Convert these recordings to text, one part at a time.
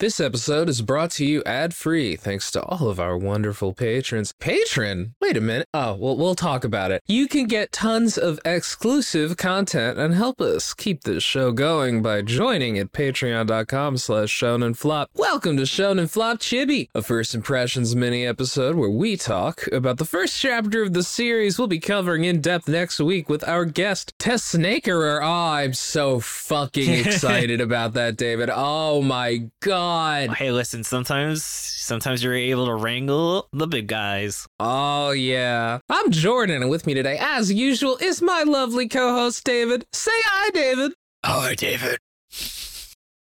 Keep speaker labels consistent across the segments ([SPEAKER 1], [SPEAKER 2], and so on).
[SPEAKER 1] This episode is brought to you ad free thanks to all of our wonderful patrons. Patron? Wait a minute. Oh, well, we'll talk about it. You can get tons of exclusive content and help us keep this show going by joining at patreon.com slash shonen flop. Welcome to Shonen Flop Chibi, a first impressions mini episode where we talk about the first chapter of the series we'll be covering in depth next week with our guest, Tess Snakerer. Oh, I'm so fucking excited about that, David. Oh my god.
[SPEAKER 2] Hey, listen, sometimes sometimes you're able to wrangle the big guys.
[SPEAKER 1] Oh, yeah. I'm Jordan, and with me today, as usual, is my lovely co host, David. Say hi, David.
[SPEAKER 2] Oh, David.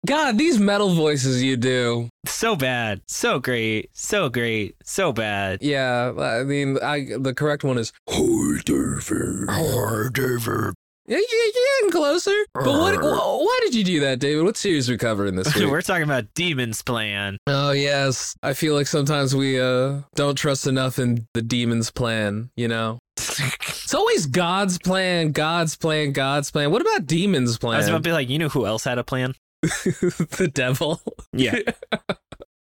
[SPEAKER 1] God, these metal voices you do.
[SPEAKER 2] So bad. So great. So great. So bad.
[SPEAKER 1] Yeah, I mean, I, the correct one is.
[SPEAKER 3] Hi, David. Hi, David.
[SPEAKER 1] Yeah, yeah, yeah, and closer. But what, wh- why did you do that, David? What series are we covering this week?
[SPEAKER 2] We're talking about Demon's Plan.
[SPEAKER 1] oh, yes. I feel like sometimes we uh, don't trust enough in the demon's plan, you know? It's always God's plan, God's plan, God's plan. What about demon's
[SPEAKER 2] I was about to
[SPEAKER 1] plan?
[SPEAKER 2] be like, you know who else had a plan?
[SPEAKER 1] the devil.
[SPEAKER 2] Yeah.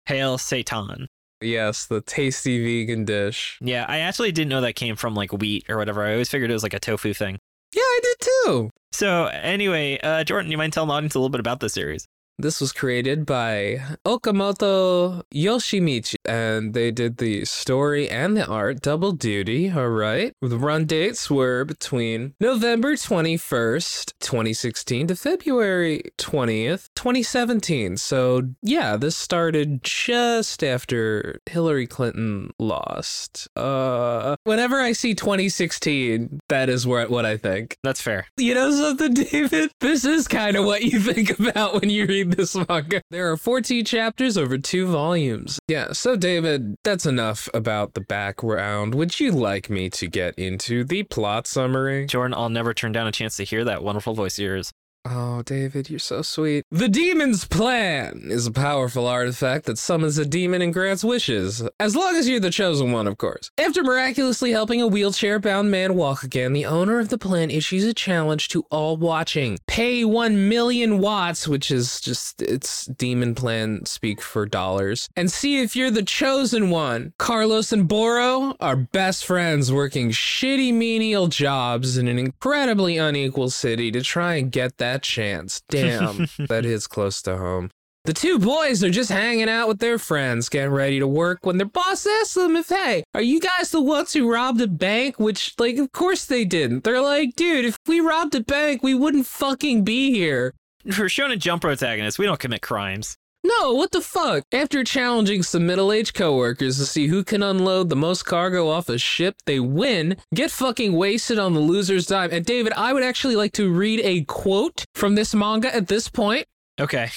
[SPEAKER 2] Hail Satan.
[SPEAKER 1] Yes, the tasty vegan dish.
[SPEAKER 2] Yeah, I actually didn't know that came from like wheat or whatever. I always figured it was like a tofu thing.
[SPEAKER 1] Yeah, I did too.
[SPEAKER 2] So anyway, uh, Jordan, you mind telling the audience a little bit about the series?
[SPEAKER 1] This was created by Okamoto Yoshimichi, and they did the story and the art double duty. All right. The run dates were between November 21st, 2016 to February 20th, 2017. So, yeah, this started just after Hillary Clinton lost. Uh, whenever I see 2016, that is where, what I think.
[SPEAKER 2] That's fair.
[SPEAKER 1] You know something, David? This is kind of what you think about when you read this manga. There are 14 chapters over two volumes. Yeah, so, David, that's enough about the background. Would you like me to get into the plot summary?
[SPEAKER 2] Jordan, I'll never turn down a chance to hear that wonderful voice of yours.
[SPEAKER 1] Oh, David, you're so sweet. The Demon's Plan is a powerful artifact that summons a demon and grants wishes, as long as you're the chosen one, of course. After miraculously helping a wheelchair bound man walk again, the owner of the plan issues a challenge to all watching pay 1 million watts, which is just, it's Demon Plan speak for dollars, and see if you're the chosen one. Carlos and Boro are best friends working shitty menial jobs in an incredibly unequal city to try and get that chance. Damn, that is close to home. The two boys are just hanging out with their friends, getting ready to work when their boss asks them if, hey, are you guys the ones who robbed a bank? Which, like, of course they didn't. They're like, dude, if we robbed a bank, we wouldn't fucking be here.
[SPEAKER 2] For Shonen Jump protagonists, we don't commit crimes.
[SPEAKER 1] No, what the fuck? After challenging some middle aged coworkers to see who can unload the most cargo off a ship, they win, get fucking wasted on the loser's dime. And David, I would actually like to read a quote from this manga at this point.
[SPEAKER 2] Okay.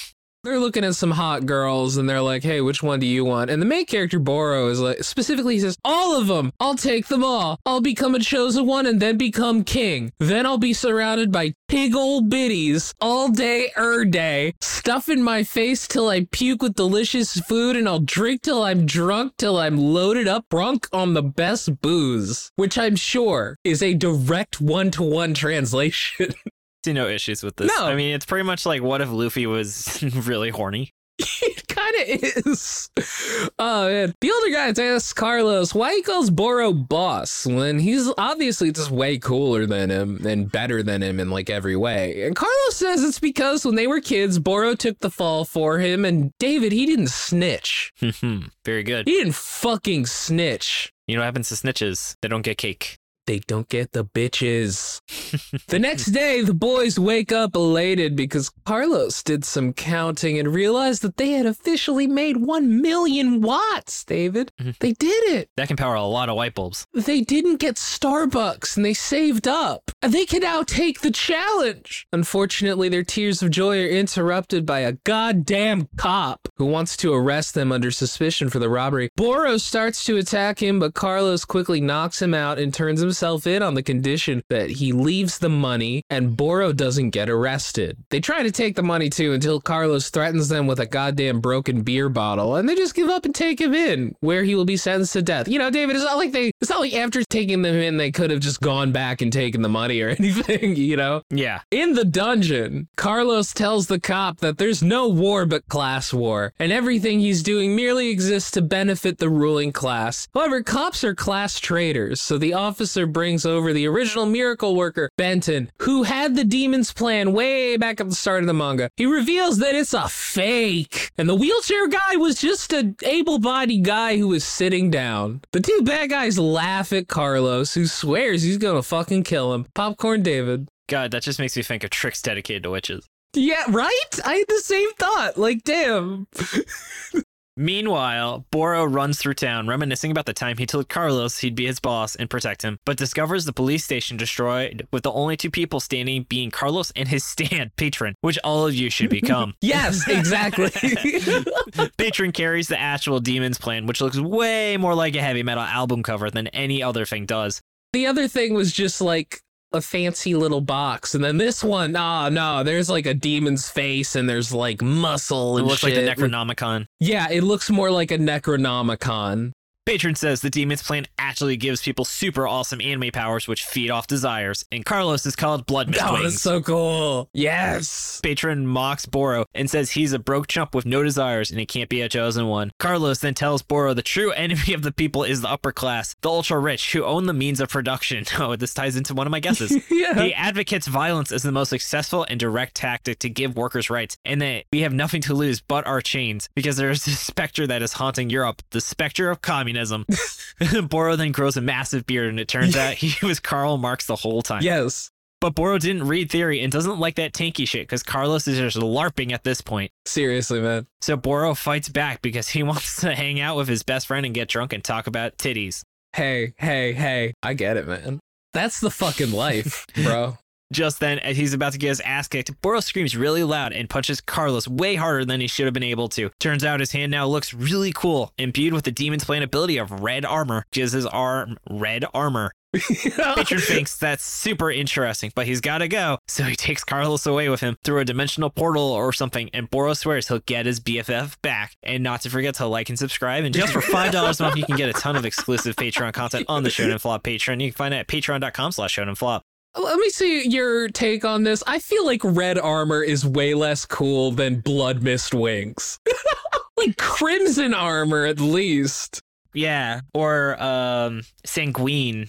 [SPEAKER 1] They're looking at some hot girls and they're like, hey, which one do you want? And the main character, Boro, is like, specifically, he says, all of them. I'll take them all. I'll become a chosen one and then become king. Then I'll be surrounded by pig old biddies all day, er day. Stuff in my face till I puke with delicious food and I'll drink till I'm drunk, till I'm loaded up, drunk on the best booze, which I'm sure is a direct one to one translation.
[SPEAKER 2] See no issues with this.
[SPEAKER 1] No.
[SPEAKER 2] I mean, it's pretty much like what if Luffy was really horny?
[SPEAKER 1] it kind of is. Oh man, the older guy asks Carlos why he calls Boro boss when he's obviously just way cooler than him and better than him in like every way. And Carlos says it's because when they were kids, Boro took the fall for him, and David he didn't snitch.
[SPEAKER 2] Hmm, Very good.
[SPEAKER 1] He didn't fucking snitch.
[SPEAKER 2] You know what happens to snitches? They don't get cake.
[SPEAKER 1] they don't get the bitches. the next day, the boys wake up elated because Carlos did some counting and realized that they had officially made 1 million watts, David.
[SPEAKER 2] Mhm.
[SPEAKER 1] They did it.
[SPEAKER 2] That can power a lot of light bulbs.
[SPEAKER 1] They didn't get Starbucks and they saved up. They can now take the challenge. Unfortunately, their tears of joy are interrupted by a goddamn cop who wants to arrest them under suspicion for the robbery. Boros starts to attack him, but Carlos quickly knocks him out and turns him himself in on the condition that he leaves the money and Boro doesn't get arrested. They try to take the money too until Carlos threatens them with a goddamn broken beer bottle and they just give up and take him in where he will be sentenced to death. You know, David, it's not like they it's not like after taking them in they could have just gone back and taken the money or anything, you know.
[SPEAKER 2] Yeah.
[SPEAKER 1] In the dungeon, Carlos tells the cop that there's no war but class war, and everything he's doing merely exists to benefit the ruling class. However, cops are class traitors, so the officer brings over the original miracle worker, Benton, who had the demon's plan way back at the start of the manga. He reveals that it's a fake, and the wheelchair guy was just an able bodied guy who was sitting down. The two bad guys laugh at Carlos, who swears he's gonna fucking kill him. Popcorn David.
[SPEAKER 2] God, that just makes me think of tricks dedicated to witches.
[SPEAKER 1] Yeah, right? I had the same thought. Like, damn.
[SPEAKER 2] Meanwhile, Boro runs through town, reminiscing about the time he told Carlos he'd be his boss and protect him, but discovers the police station destroyed, with the only two people standing being Carlos and his stand, Patron, which all of you should become.
[SPEAKER 1] Yes, exactly.
[SPEAKER 2] Patron carries the actual demon's plan, which looks way more like a heavy metal album cover than any other thing does.
[SPEAKER 1] the other thing was just like a fancy little box, and then this one, ah, no, there's like a demon's face, and there's like muscle
[SPEAKER 2] It
[SPEAKER 1] and
[SPEAKER 2] looks like the
[SPEAKER 1] shit.
[SPEAKER 2] Necronomicon.
[SPEAKER 1] yeah, it looks more like a Necronomicon.
[SPEAKER 2] Patron says the demon's plan actually gives people super awesome anime powers which feed off desires, and Carlos is called Blood Mist
[SPEAKER 1] Oh,
[SPEAKER 2] Wings.
[SPEAKER 1] that's so cool. Yes.
[SPEAKER 2] Patron mocks Boro and says he's a broke chump with no desires and he can't be a chosen one. Carlos then tells Boro the true enemy of the people is the upper class, the ultra rich, who own the means of production. Oh, this ties into one of my guesses.
[SPEAKER 1] yeah.
[SPEAKER 2] He advocates violence as the most successful and direct tactic to give workers rights, and that we have nothing to lose but our chains, because there is this specter that is haunting Europe, the specter of communism. Boro then grows a massive beard, and it turns out he was Karl Marx the whole time.
[SPEAKER 1] Yes.
[SPEAKER 2] But Boro didn't read theory and doesn't like that tanky shit, because Carlos is just LARPing at this point.
[SPEAKER 1] Seriously, man.
[SPEAKER 2] So Boro fights back because he wants to hang out with his best friend and get drunk and talk about titties.
[SPEAKER 1] Hey, hey, hey. I get it, man. That's the fucking life, bro.
[SPEAKER 2] Just then, as he's about to get his ass kicked, Boro screams really loud and punches Carlos way harder than he should have been able to. Turns out his hand now looks really cool, imbued with the demon's plan ability of red armor, which is his arm red armor. Patron thinks that's super interesting, but he's gotta go, so he takes Carlos away with him through a dimensional portal or something, and Boro swears he'll get his BFF back. And not to forget to like and subscribe, and just for $5 a month, you can get a ton of exclusive Patreon content on the Shonen Flop Patreon. You can find it at patreon.com slash Shonen Flop.
[SPEAKER 1] Let me see your take on this. I feel like red armor is way less cool than blood mist wings. like crimson armor, at least.
[SPEAKER 2] Yeah, or um, sanguine.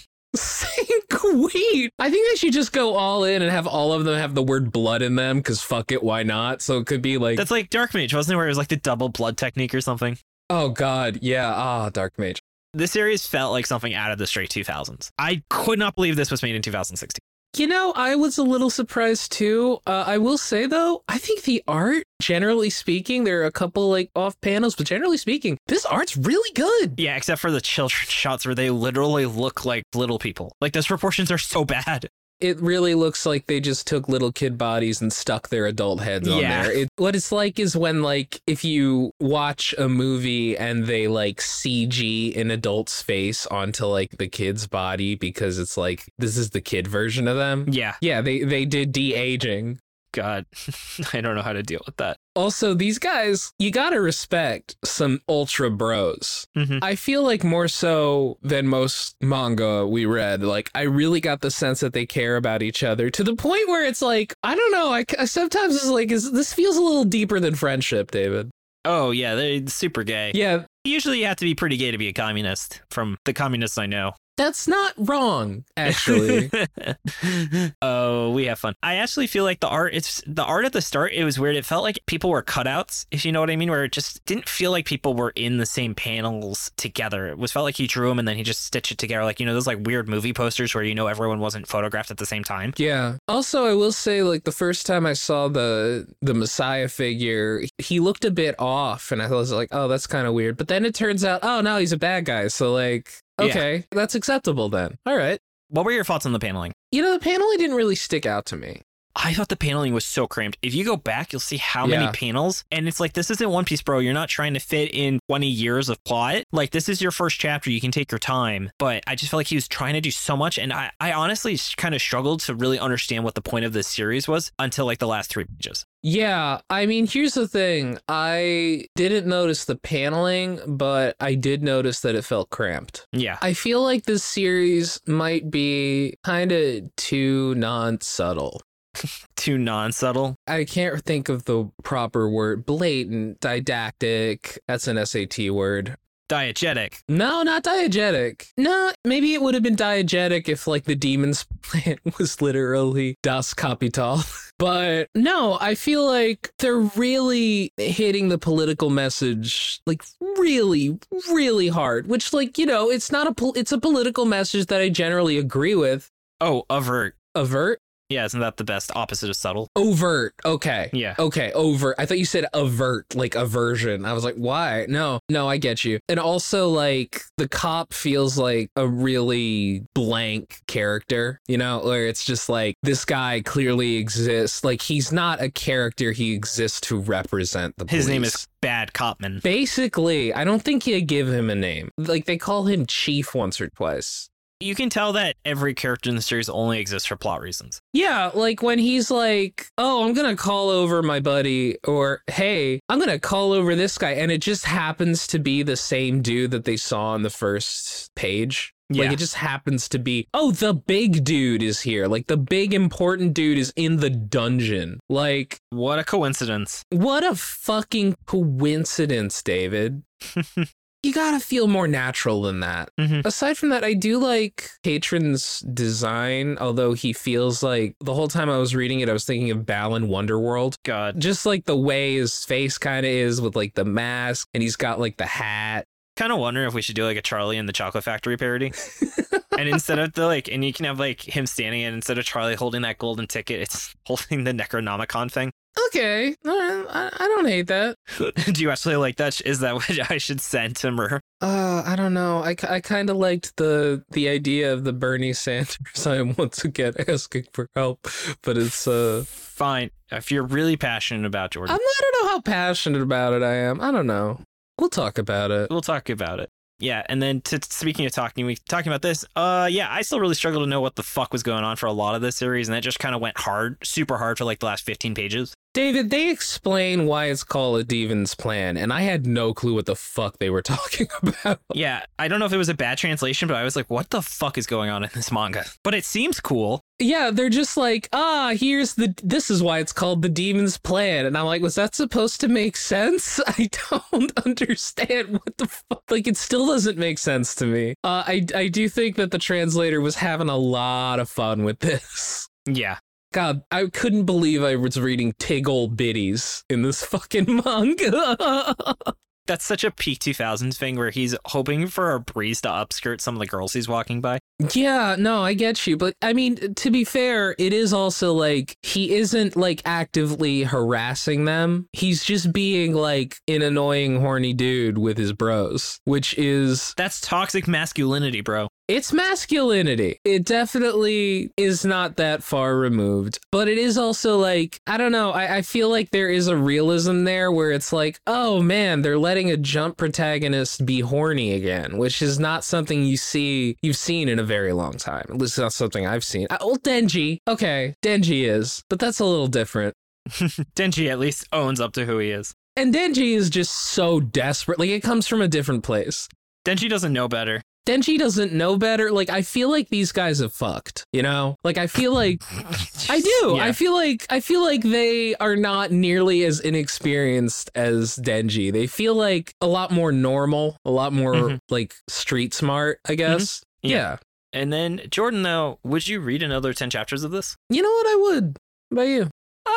[SPEAKER 1] Sanguine. I think they should just go all in and have all of them have the word blood in them, because fuck it, why not? So it could be like,
[SPEAKER 2] That's like Dark Mage, wasn't it? Where it was like the double blood technique or something.
[SPEAKER 1] oh god, yeah, ah, Dark Mage.
[SPEAKER 2] This series felt like something out of the straight 2000s. I could not believe this was made in 2016.
[SPEAKER 1] You know, I was a little surprised too. Uh, I will say though, I think the art, generally speaking, there are a couple like off panels, but generally speaking, this art's really good.
[SPEAKER 2] Yeah, except for the children shots where they literally look like little people. Like those proportions are so bad.
[SPEAKER 1] it really looks like they just took little kid bodies and stuck their adult heads on
[SPEAKER 2] Yeah.
[SPEAKER 1] there. It, what it's like is when like if you watch a movie and they like CG an adult's face onto like the kid's body because it's like this is the kid version of them.
[SPEAKER 2] Yeah,
[SPEAKER 1] Yeah, they they did de aging.
[SPEAKER 2] God, I don't know how to deal with that.
[SPEAKER 1] Also, these guys, you gotta respect some ultra bros.
[SPEAKER 2] Mhm.
[SPEAKER 1] I feel like more so than most manga we read, like, I really got the sense that they care about each other to the point where it's like, I don't know, I, I sometimes it's like, is, this feels a little deeper than friendship, David.
[SPEAKER 2] Oh yeah, they're super gay.
[SPEAKER 1] Yeah,
[SPEAKER 2] Usually you have to be pretty gay to be a communist. From the communists I know.
[SPEAKER 1] that's not wrong, actually.
[SPEAKER 2] oh, we have fun. I actually feel like the art it's the art at the start it was weird. It felt like people were cutouts, if you know what I mean, where it just didn't feel like people were in the same panels together. It was felt like he drew them and then he just stitched it together like, you know, those like weird movie posters where you know everyone wasn't photographed at the same time.
[SPEAKER 1] Yeah. Also, I will say, like the first time I saw the the Messiah figure, he looked a bit off, and I was like, "Oh, that's kind of weird." But then it turns out, oh no, he's a bad guy. So like,
[SPEAKER 2] Yeah.
[SPEAKER 1] okay, that's acceptable then. All right.
[SPEAKER 2] What were your thoughts on the paneling?
[SPEAKER 1] You know, the paneling didn't really stick out to me.
[SPEAKER 2] I thought the paneling was so cramped. If you go back, you'll see how many
[SPEAKER 1] Yeah.
[SPEAKER 2] panels. And it's like, this isn't One Piece, bro. You're not trying to fit in 20 years of plot. Like, this is your first chapter. You can take your time. But I just felt like he was trying to do so much. And I, I honestly kind of struggled to really understand what the point of this series was until like the last three pages.
[SPEAKER 1] Yeah, I mean, here's the thing. I didn't notice the paneling, but I did notice that it felt cramped.
[SPEAKER 2] Yeah.
[SPEAKER 1] I feel like this series might be kind of too non subtle.
[SPEAKER 2] Too non subtle.
[SPEAKER 1] I can't think of the proper word. Blatant, didactic. That's an SAT word.
[SPEAKER 2] Diegetic.
[SPEAKER 1] No, not diegetic. No, maybe it would have been diegetic if like the demon's plan was literally Das Kapital. But no, I feel like they're really hitting the political message like really, really hard. Which like you know, it's not a pol- it's a political message that I generally agree with.
[SPEAKER 2] Oh, overt.
[SPEAKER 1] Avert,
[SPEAKER 2] Yeah, isn't that the best opposite of subtle?
[SPEAKER 1] overt. Okay,
[SPEAKER 2] Yeah.
[SPEAKER 1] Okay, overt. I thought you said avert, like aversion. I was like, why? No, no, I get you. And also, like, the cop feels like a really blank character, you know, where it's just like, this guy clearly exists. Like, he's not a character, he exists to represent the
[SPEAKER 2] His name
[SPEAKER 1] police.
[SPEAKER 2] is Bad Copman.
[SPEAKER 1] Basically, I don't think you give him a name. Like, they call him Chief once or twice.
[SPEAKER 2] You can tell that every character in the series only exists for plot reasons.
[SPEAKER 1] Yeah, like when he's like, "Oh, I'm going to call over my buddy," or "Hey, I'm going to call over this guy," and it just happens to be the same dude that they saw on the first page.
[SPEAKER 2] Yeah.
[SPEAKER 1] Like it just happens to be, "Oh, the big dude is here." Like the big important dude is in the dungeon. Like
[SPEAKER 2] What a coincidence.
[SPEAKER 1] what a fucking coincidence, David. you gotta feel more natural than that.
[SPEAKER 2] Mhm.
[SPEAKER 1] Aside from that, I do like Patron's design, although he feels like the whole time I was reading it, I was thinking of Balin Wonderworld.
[SPEAKER 2] God.
[SPEAKER 1] Just like the way his face kind of is with like the mask and he's got like the hat.
[SPEAKER 2] Kind of wonder if we should do like a Charlie and the Chocolate Factory parody. and instead of the like, and you can have like him standing in, instead of Charlie holding that golden ticket, it's holding the Necronomicon thing.
[SPEAKER 1] Okay, all right, I, I don't hate that.
[SPEAKER 2] do you actually like that? Is that what I should send to Mer?
[SPEAKER 1] Uh, I don't know. I, kind of liked the the idea of the Bernie Sanders I am once again asking for help, but it's uh
[SPEAKER 2] Fine. If you're really passionate about Jordan,
[SPEAKER 1] I'm, I don't know how passionate about it I am. I don't know. We'll talk about it.
[SPEAKER 2] we'll talk about it. Yeah, and then to, speaking of talking, we talking about this. Uh, yeah, I still really struggle to know what the fuck was going on for a lot of this series, and that just kind of went hard, super hard for like the last fifteen pages.
[SPEAKER 1] David, they explain why it's called a Deven's plan, and I had no clue what the fuck they were talking about.
[SPEAKER 2] Yeah, I don't know if it was a bad translation, but I was like, what the fuck is going on in this manga? But it seems cool.
[SPEAKER 1] Yeah, they're just like, ah, here's the. This is why it's called the Demon's Plan, and I'm like, was that supposed to make sense? I don't understand what the fuck. Like, it still doesn't make sense to me. Uh, I I do think that the translator was having a lot of fun with this.
[SPEAKER 2] Yeah.
[SPEAKER 1] God, I couldn't believe I was reading Tig Old Biddies in this fucking manga.
[SPEAKER 2] That's such a peak 2000s thing where he's hoping for a breeze to upskirt some of the girls he's walking by.
[SPEAKER 1] yeah, no, I get you. But I mean, to be fair, it is also like he isn't like actively harassing them. He's just being like an annoying, horny dude with his bros, which is
[SPEAKER 2] That's toxic masculinity, bro.
[SPEAKER 1] It's masculinity. It definitely is not that far removed, but it is also like, I don't know, I, I feel like there is a realism there where it's like, oh man, they're letting a jump protagonist be horny again, which is not something you see, you've seen in a very long time. At least not something I've seen. Uh, old Denji, okay, Denji is, but that's a little different.
[SPEAKER 2] Denji at least owns up to who he is.
[SPEAKER 1] And Denji is just so desperate. Like, it comes from a different place.
[SPEAKER 2] Denji doesn't know better.
[SPEAKER 1] Denji doesn't know better. Like, I feel like these guys have fucked, you know? Like, I feel like I do.
[SPEAKER 2] Yeah.
[SPEAKER 1] I feel like I feel like they are not nearly as inexperienced as Denji. They feel like a lot more normal, a lot more
[SPEAKER 2] Mhm.
[SPEAKER 1] like street smart, I guess.
[SPEAKER 2] Yeah.
[SPEAKER 1] Yeah.
[SPEAKER 2] and then, Jordan, though, would you read another 10 chapters of this?
[SPEAKER 1] You know what I would? What about you?
[SPEAKER 2] Uh,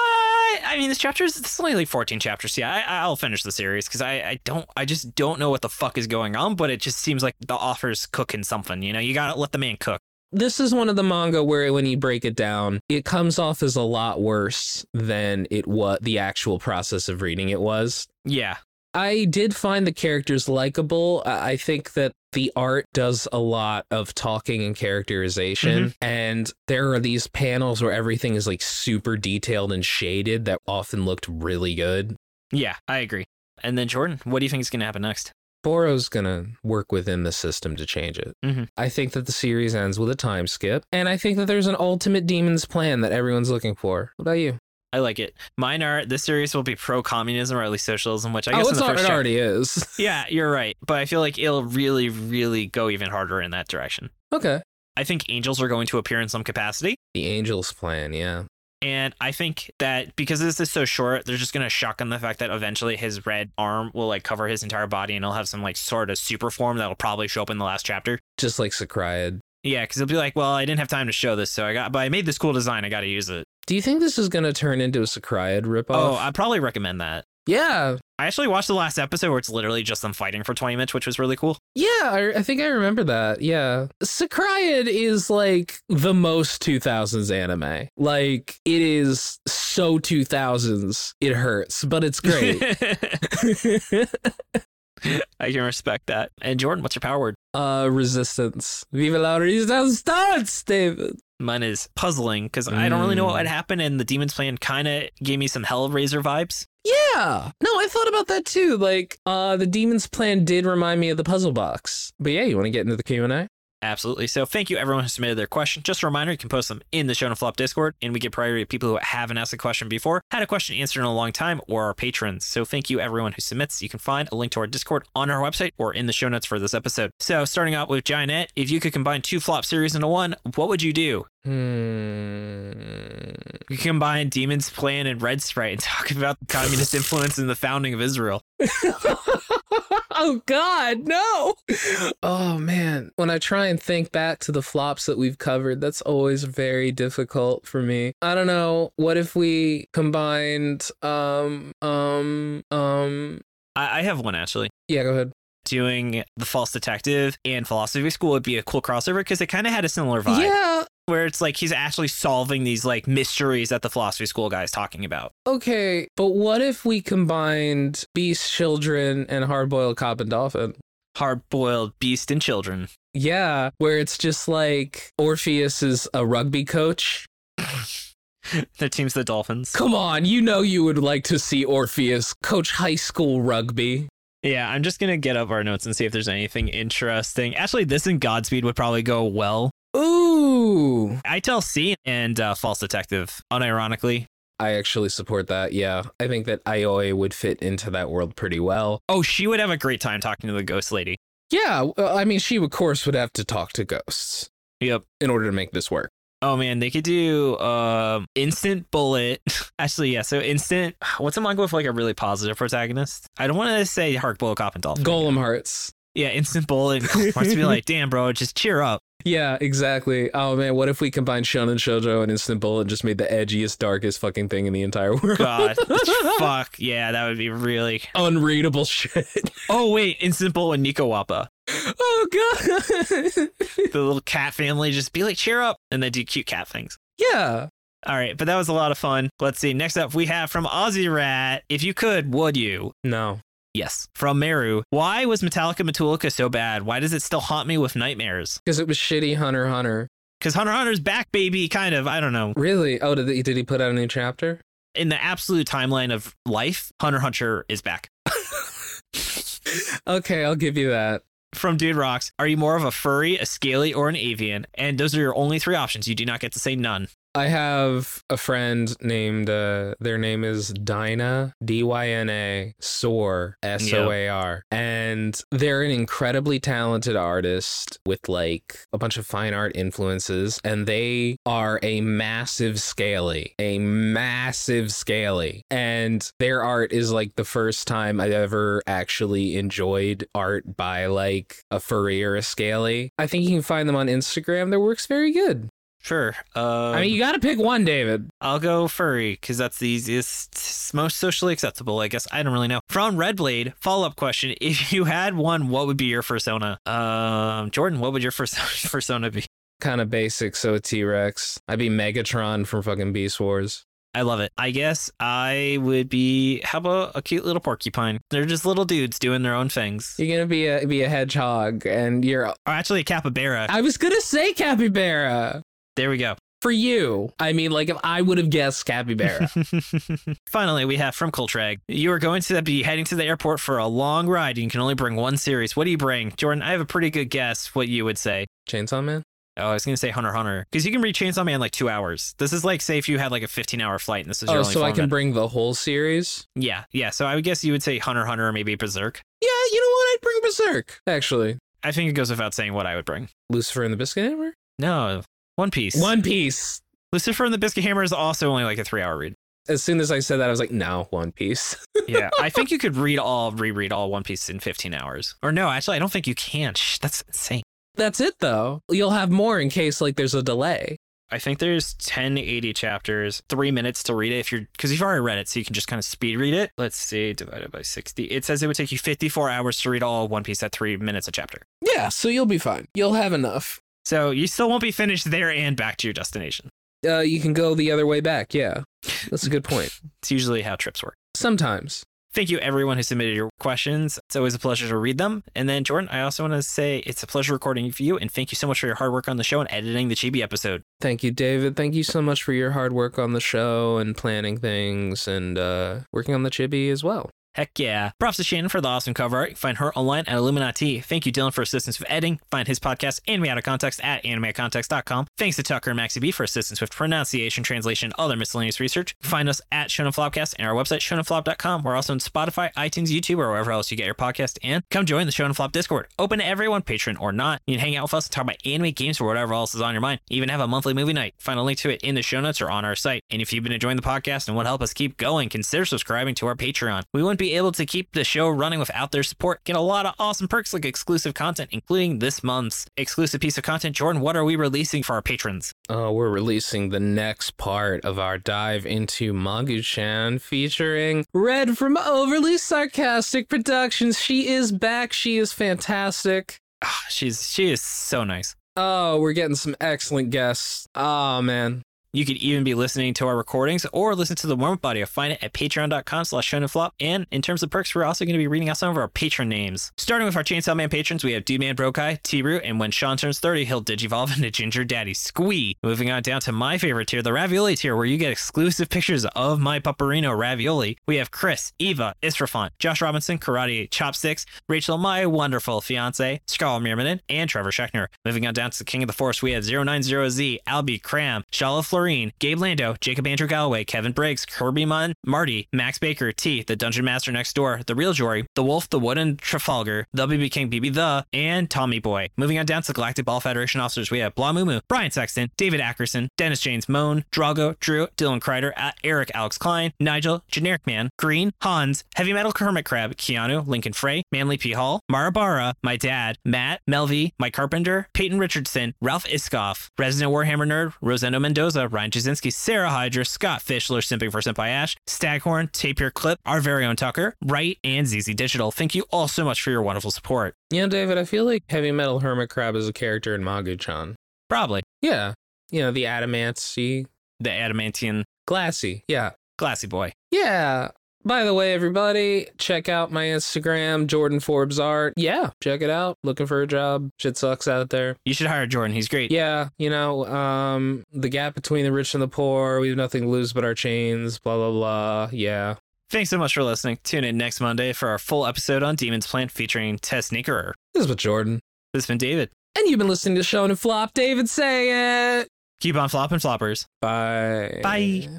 [SPEAKER 2] I mean, this chapter is it's only like 14 chapters. Yeah, I, I'll finish the series because I, I don't, I just don't know what the fuck is going on, but it just seems like the author's cooking something. You know, you gotta let the man cook.
[SPEAKER 1] This is one of the manga where when you break it down, it comes off as a lot worse than it was the actual process of reading it was.
[SPEAKER 2] Yeah.
[SPEAKER 1] I did find the characters likable. I I think that the art does a lot of talking and characterization.
[SPEAKER 2] Mm-hmm.
[SPEAKER 1] And there are these panels where everything is like super detailed and shaded that often looked really good.
[SPEAKER 2] Yeah, I agree. And then Jordan, what do you think is going to happen next?
[SPEAKER 1] Boro's gonna work within the system to change it.
[SPEAKER 2] Mhm.
[SPEAKER 1] I think that the series ends with a time skip, and I think that there's an ultimate demon's plan that everyone's looking for. What about you?
[SPEAKER 2] I like it. Mine are this series will be pro communism or at least socialism, which I guess
[SPEAKER 1] oh,
[SPEAKER 2] in
[SPEAKER 1] it's
[SPEAKER 2] the
[SPEAKER 1] al-
[SPEAKER 2] first
[SPEAKER 1] it
[SPEAKER 2] chap-
[SPEAKER 1] already is.
[SPEAKER 2] Yeah, you're right. But I feel like it'll really, really go even harder in that direction.
[SPEAKER 1] okay.
[SPEAKER 2] I think angels are going to appear in some capacity.
[SPEAKER 1] The angel's plan, yeah.
[SPEAKER 2] And I think that because this is so short, they're just gonna shotgun the fact that eventually his red arm will like cover his entire body, and he'll have some like sort of super form that'll probably show up in the last chapter.
[SPEAKER 1] Just like Sakrayad.
[SPEAKER 2] Yeah, because he'll be like, "Well, I didn't have time to show this, so I got, but I made this cool design. I got to use it."
[SPEAKER 1] Do you think this is gonna turn into a Sakrayad ripoff?
[SPEAKER 2] Oh, I probably recommend that.
[SPEAKER 1] yeah.
[SPEAKER 2] I actually watched the last episode where it's literally just them fighting for 20 minutes, which was really cool.
[SPEAKER 1] Yeah, I, I think I remember that. Yeah. Sakrayad is like the most 2000s anime. Like, it is so 2000s, it hurts, but it's great.
[SPEAKER 2] I can respect that. And Jordan, what's your power word?
[SPEAKER 1] uh, resistance. Viva la resistance, David.
[SPEAKER 2] Mine is puzzling because I don't really know
[SPEAKER 1] Mm.
[SPEAKER 2] what had happened, and the Demon's Plan kind of gave me some Hellraiser vibes.
[SPEAKER 1] Yeah. No, I thought about that too. Like, uh, the demon's plan did remind me of the puzzle box. But yeah, you want to get into the Q and A?
[SPEAKER 2] Absolutely. So thank you everyone who submitted their question. Just a reminder, you can post them in the Show and Flop Discord, and we get priority to people who haven't asked a question before, had a question answered in a long time, or our patrons. So thank you everyone who submits. You can find a link to our Discord on our website or in the show notes for this episode. So starting out with Giant, if you could combine two flop series into one, what would you do?
[SPEAKER 1] Hmm.
[SPEAKER 2] You combine Demon's Plan and Red Sprite and talk about the communist influence in the founding of Israel.
[SPEAKER 1] oh God, no! Oh man, when I try and think back to the flops that we've covered, that's always very difficult for me. I don't know. What if we combined? Um, um, um.
[SPEAKER 2] I, I have one actually.
[SPEAKER 1] Yeah, go ahead.
[SPEAKER 2] Doing the false detective and philosophy school would be a cool crossover because it kind of had a similar vibe.
[SPEAKER 1] Yeah.
[SPEAKER 2] where it's like he's actually solving these like mysteries that the philosophy school guy is talking about.
[SPEAKER 1] Okay, but what if we combined Beast Children and Hardboiled Cop and Dolphin?
[SPEAKER 2] Hard boiled beast and children.
[SPEAKER 1] Yeah, where it's just like Orpheus is a rugby coach
[SPEAKER 2] Their team's the Dolphins.
[SPEAKER 1] Come on, you know you would like to see Orpheus coach high school rugby.
[SPEAKER 2] Yeah, I'm just gonna get up our notes and see if there's anything interesting. Actually, this and Godspeed would probably go well.
[SPEAKER 1] Ooh.
[SPEAKER 2] I tell C and uh, False Detective, unironically.
[SPEAKER 1] I actually support that. Yeah. I think that Ioe would fit into that world pretty well.
[SPEAKER 2] Oh, she would have a great time talking to the ghost lady.
[SPEAKER 1] Yeah. w- I mean, she, of course, would have to talk to ghosts
[SPEAKER 2] Yep.
[SPEAKER 1] in order to make this work.
[SPEAKER 2] Oh man, they could do um instant bullet. Actually, yeah. So instant. What's a manga with like a really positive protagonist? I don't want to say Hark Bullet Cop and Dolphin.
[SPEAKER 1] Golem hearts.
[SPEAKER 2] Yeah, instant bullet. And Mark's be like, damn, bro, just cheer up.
[SPEAKER 1] Yeah, exactly. Oh, man. What if we combined Shonen Shoujo and Instant Bullet and just made the edgiest, darkest fucking thing in the entire world?
[SPEAKER 2] God, fuck. Yeah, that would be really.
[SPEAKER 1] Unreadable shit.
[SPEAKER 2] Oh, wait, instant bullet and Nico Wappa.
[SPEAKER 1] Oh, God.
[SPEAKER 2] The little cat family just be like, cheer up. And they do cute cat things.
[SPEAKER 1] yeah.
[SPEAKER 2] All right, but that was a lot of fun. Let's see. Next up, we have from Aussie Rat. If you could, would you?
[SPEAKER 1] No.
[SPEAKER 2] Yes. From Meru. Why was Metallica Metallica so bad? Why does it still haunt me with nightmares?
[SPEAKER 1] Because it was shitty Hunter x Hunter.
[SPEAKER 2] Because Hunter x Hunter's back, baby, kind of. I don't know.
[SPEAKER 1] Really? Oh, did he, did he put out a new chapter?
[SPEAKER 2] In the absolute timeline of life, Hunter x Hunter is back.
[SPEAKER 1] Okay, I'll give you that.
[SPEAKER 2] from Dude Rocks. Are you more of a furry, a scaly, or an avian? And those are your only three options. You do not get to say none.
[SPEAKER 1] I have a friend named, uh, their name is Dinah, D Y N A, Soar, S O A R. And they're an incredibly talented artist with like a bunch of fine art influences. And they are a massive scaly, a massive scaly. And their art is like the first time I ever actually enjoyed art by like a furry or a scaly. I think you can find them on Instagram. Their work's very good.
[SPEAKER 2] Sure. Uh,
[SPEAKER 1] I mean, you got to pick one, David.
[SPEAKER 2] I'll go furry because that's the easiest, most socially acceptable, I guess. I don't really know. From Red Blade, follow up question: If you had one, what would be your persona? Um, Jordan, what would your first persona be?
[SPEAKER 1] Kind of basic, so a T Rex. I'd be Megatron from fucking Beast Wars.
[SPEAKER 2] I love it. I guess I would be. How about a cute little porcupine? They're just little dudes doing their own things.
[SPEAKER 1] You're gonna be a be a hedgehog, and you're.
[SPEAKER 2] Or actually, a capybara.
[SPEAKER 1] I was gonna say capybara
[SPEAKER 2] There we go.
[SPEAKER 1] for you. I mean, like if I would have guessed capybara.
[SPEAKER 2] Finally, we have from Coltrag. You are going to be heading to the airport for a long ride, and you can only bring one series. What do you bring, Jordan? I have a pretty good guess what you would say.
[SPEAKER 1] Chainsaw Man.
[SPEAKER 2] Oh, I was gonna say Hunter x Hunter because you can read Chainsaw Man in like two hours. This is like say if you had like a fifteen hour flight and this is your
[SPEAKER 1] Oh,
[SPEAKER 2] only
[SPEAKER 1] so I can
[SPEAKER 2] format.
[SPEAKER 1] bring the whole series.
[SPEAKER 2] yeah, yeah. So I would guess you would say Hunter x Hunter or maybe Berserk.
[SPEAKER 1] Yeah, you know what? I'd bring Berserk. Actually,
[SPEAKER 2] I think it goes without saying what I would bring.
[SPEAKER 1] Lucifer and the Biscuit Hammer.
[SPEAKER 2] No, One Piece.
[SPEAKER 1] One Piece.
[SPEAKER 2] Lucifer and the Biscuit Hammer is also only like a three hour read.
[SPEAKER 1] As soon as I said that, I was like, no, One Piece.
[SPEAKER 2] Yeah, I think you could read all, reread all One Piece in fifteen hours. Or no, actually, I don't think you can. Shh, that's insane.
[SPEAKER 1] That's it though. You'll have more in case like there's a delay.
[SPEAKER 2] I think there's 10 80 chapters, three minutes to read it if you're because you've already read it, so you can just kind of speed read it. Let's see, divided by 60. It says it would take you 54 hours to read all of One Piece at three minutes a chapter.
[SPEAKER 1] Yeah, so you'll be fine. You'll have enough.
[SPEAKER 2] So you still won't be finished there and back to your destination.
[SPEAKER 1] Uh, you can go the other way back. Yeah, that's a good point.
[SPEAKER 2] It's usually how trips work.
[SPEAKER 1] Sometimes.
[SPEAKER 2] Thank you, everyone who submitted your questions. It's always a pleasure to read them. And then, Jordan, I also want to say it's a pleasure recording for you, and thank you so much for your hard work on the show and editing the Chibi episode.
[SPEAKER 1] Thank you, David. Thank you so much for your hard work on the show and planning things and uh, working on the chibi as well.
[SPEAKER 2] Heck yeah. Props to Shannon for the awesome cover art. You can Find her online at Illuminati. Thank you, Dylan, for assistance with editing. Find his podcast, Anime Out of Context, at animeoutofcontext.com. Thanks to Tucker and Maxie B for assistance with pronunciation, translation, and other miscellaneous research. You can Find us at Shonen Flopcast and our website, shonenflop.com. We're also on Spotify, iTunes, YouTube, or wherever else you get your podcast. And come join the Shonen Flop Discord. Open to everyone, patron or not. You can hang out with us and talk about anime, games, or whatever else is on your mind. Even have a monthly movie night. Find a link to it in the show notes or on our site. And if you've been enjoying the podcast and want to help us keep going, consider subscribing to our Patreon. We wouldn't be able to keep the show running without their support. Get a lot of awesome perks like exclusive content, including this month's exclusive piece of content. Jordan, what are we releasing for our patrons?
[SPEAKER 1] Uh, we're releasing the next part of our dive into Magu-chan featuring Red from Overly Sarcastic Productions. She is back. She is fantastic.
[SPEAKER 2] Ah, she's she is so nice.
[SPEAKER 1] Oh, we're getting some excellent guests. Oh, man.
[SPEAKER 2] You could even be listening to our recordings or listen to the warm-up audio. Find it at patreon.com slash flop. And in terms of perks, we're also going to be reading out some of our patron names. Starting with our Chainsaw Man patrons, we have D-Man Brokai, T-Root, and when Sean turns 30, he'll digivolve into Ginger Daddy Squee. Moving on down to my favorite tier, the Ravioli tier, where you get exclusive pictures of my Pupperino Ravioli. We have Chris, Eva, Israfant, Josh Robinson, Karate Chopsticks, Rachel, my wonderful fiance, Scarl Miermanen, and Trevor Schechner. Moving on down to the King of the Forest, we have 090Z, Albie Cram, Shala Florine, Gabe Lando, Jacob Andrew Galloway, Kevin Briggs, Kirby Munn, Marty, Max Baker, T, The Dungeon Master Next Door, The Real Jory, The Wolf, The Wooden Trafalgar, The BB King BB The, and Tommy Boy. Moving on down to the Galactic Ball Federation officers, we have Blamumu, Brian Sexton, David Ackerson, Dennis James Moan, Drago, Drew, Dylan Kreider, A- Eric Alex Klein, Nigel, Generic Man, Green, Hans, Heavy Metal Kermit Crab, Keanu, Lincoln Frey, Manly P. Hall, Marabara, My Dad, Matt, Melvy, Mike Carpenter, Peyton Richardson, Ralph Iskoff, Resident Warhammer Nerd, Rosendo Mendoza, Ryan Jasinski, Sarah Hydra, Scott Fischler, Simping for Senpai Ash, Staghorn, Tapir Clip, our very own Tucker, Wright, and ZZ Digital. Thank you all so much for your wonderful support.
[SPEAKER 1] You know, David, I feel like Heavy Metal Hermit Crab is a character in Magu-chan.
[SPEAKER 2] Probably
[SPEAKER 1] Yeah. You know, the adamancy,
[SPEAKER 2] the Adamantian
[SPEAKER 1] glassy. Yeah.
[SPEAKER 2] Glassy Boy.
[SPEAKER 1] Yeah. By the way, everybody, check out my Instagram, Jordan Forbes Art. Yeah, check it out. Looking for a job. Shit sucks out there.
[SPEAKER 2] You should hire Jordan. He's great.
[SPEAKER 1] Yeah, you know, um, the gap between the rich and the poor. We have nothing to lose but our chains. Blah blah blah. Yeah.
[SPEAKER 2] Thanks so much for listening. Tune in next Monday for our full episode on Demon's Plant featuring Tess Sneakerer.
[SPEAKER 1] This is with Jordan,
[SPEAKER 2] This has been David.
[SPEAKER 1] and you've been listening to Show and Flop. David, say it.
[SPEAKER 2] Keep on flopping floppers.
[SPEAKER 1] Bye.
[SPEAKER 2] Bye.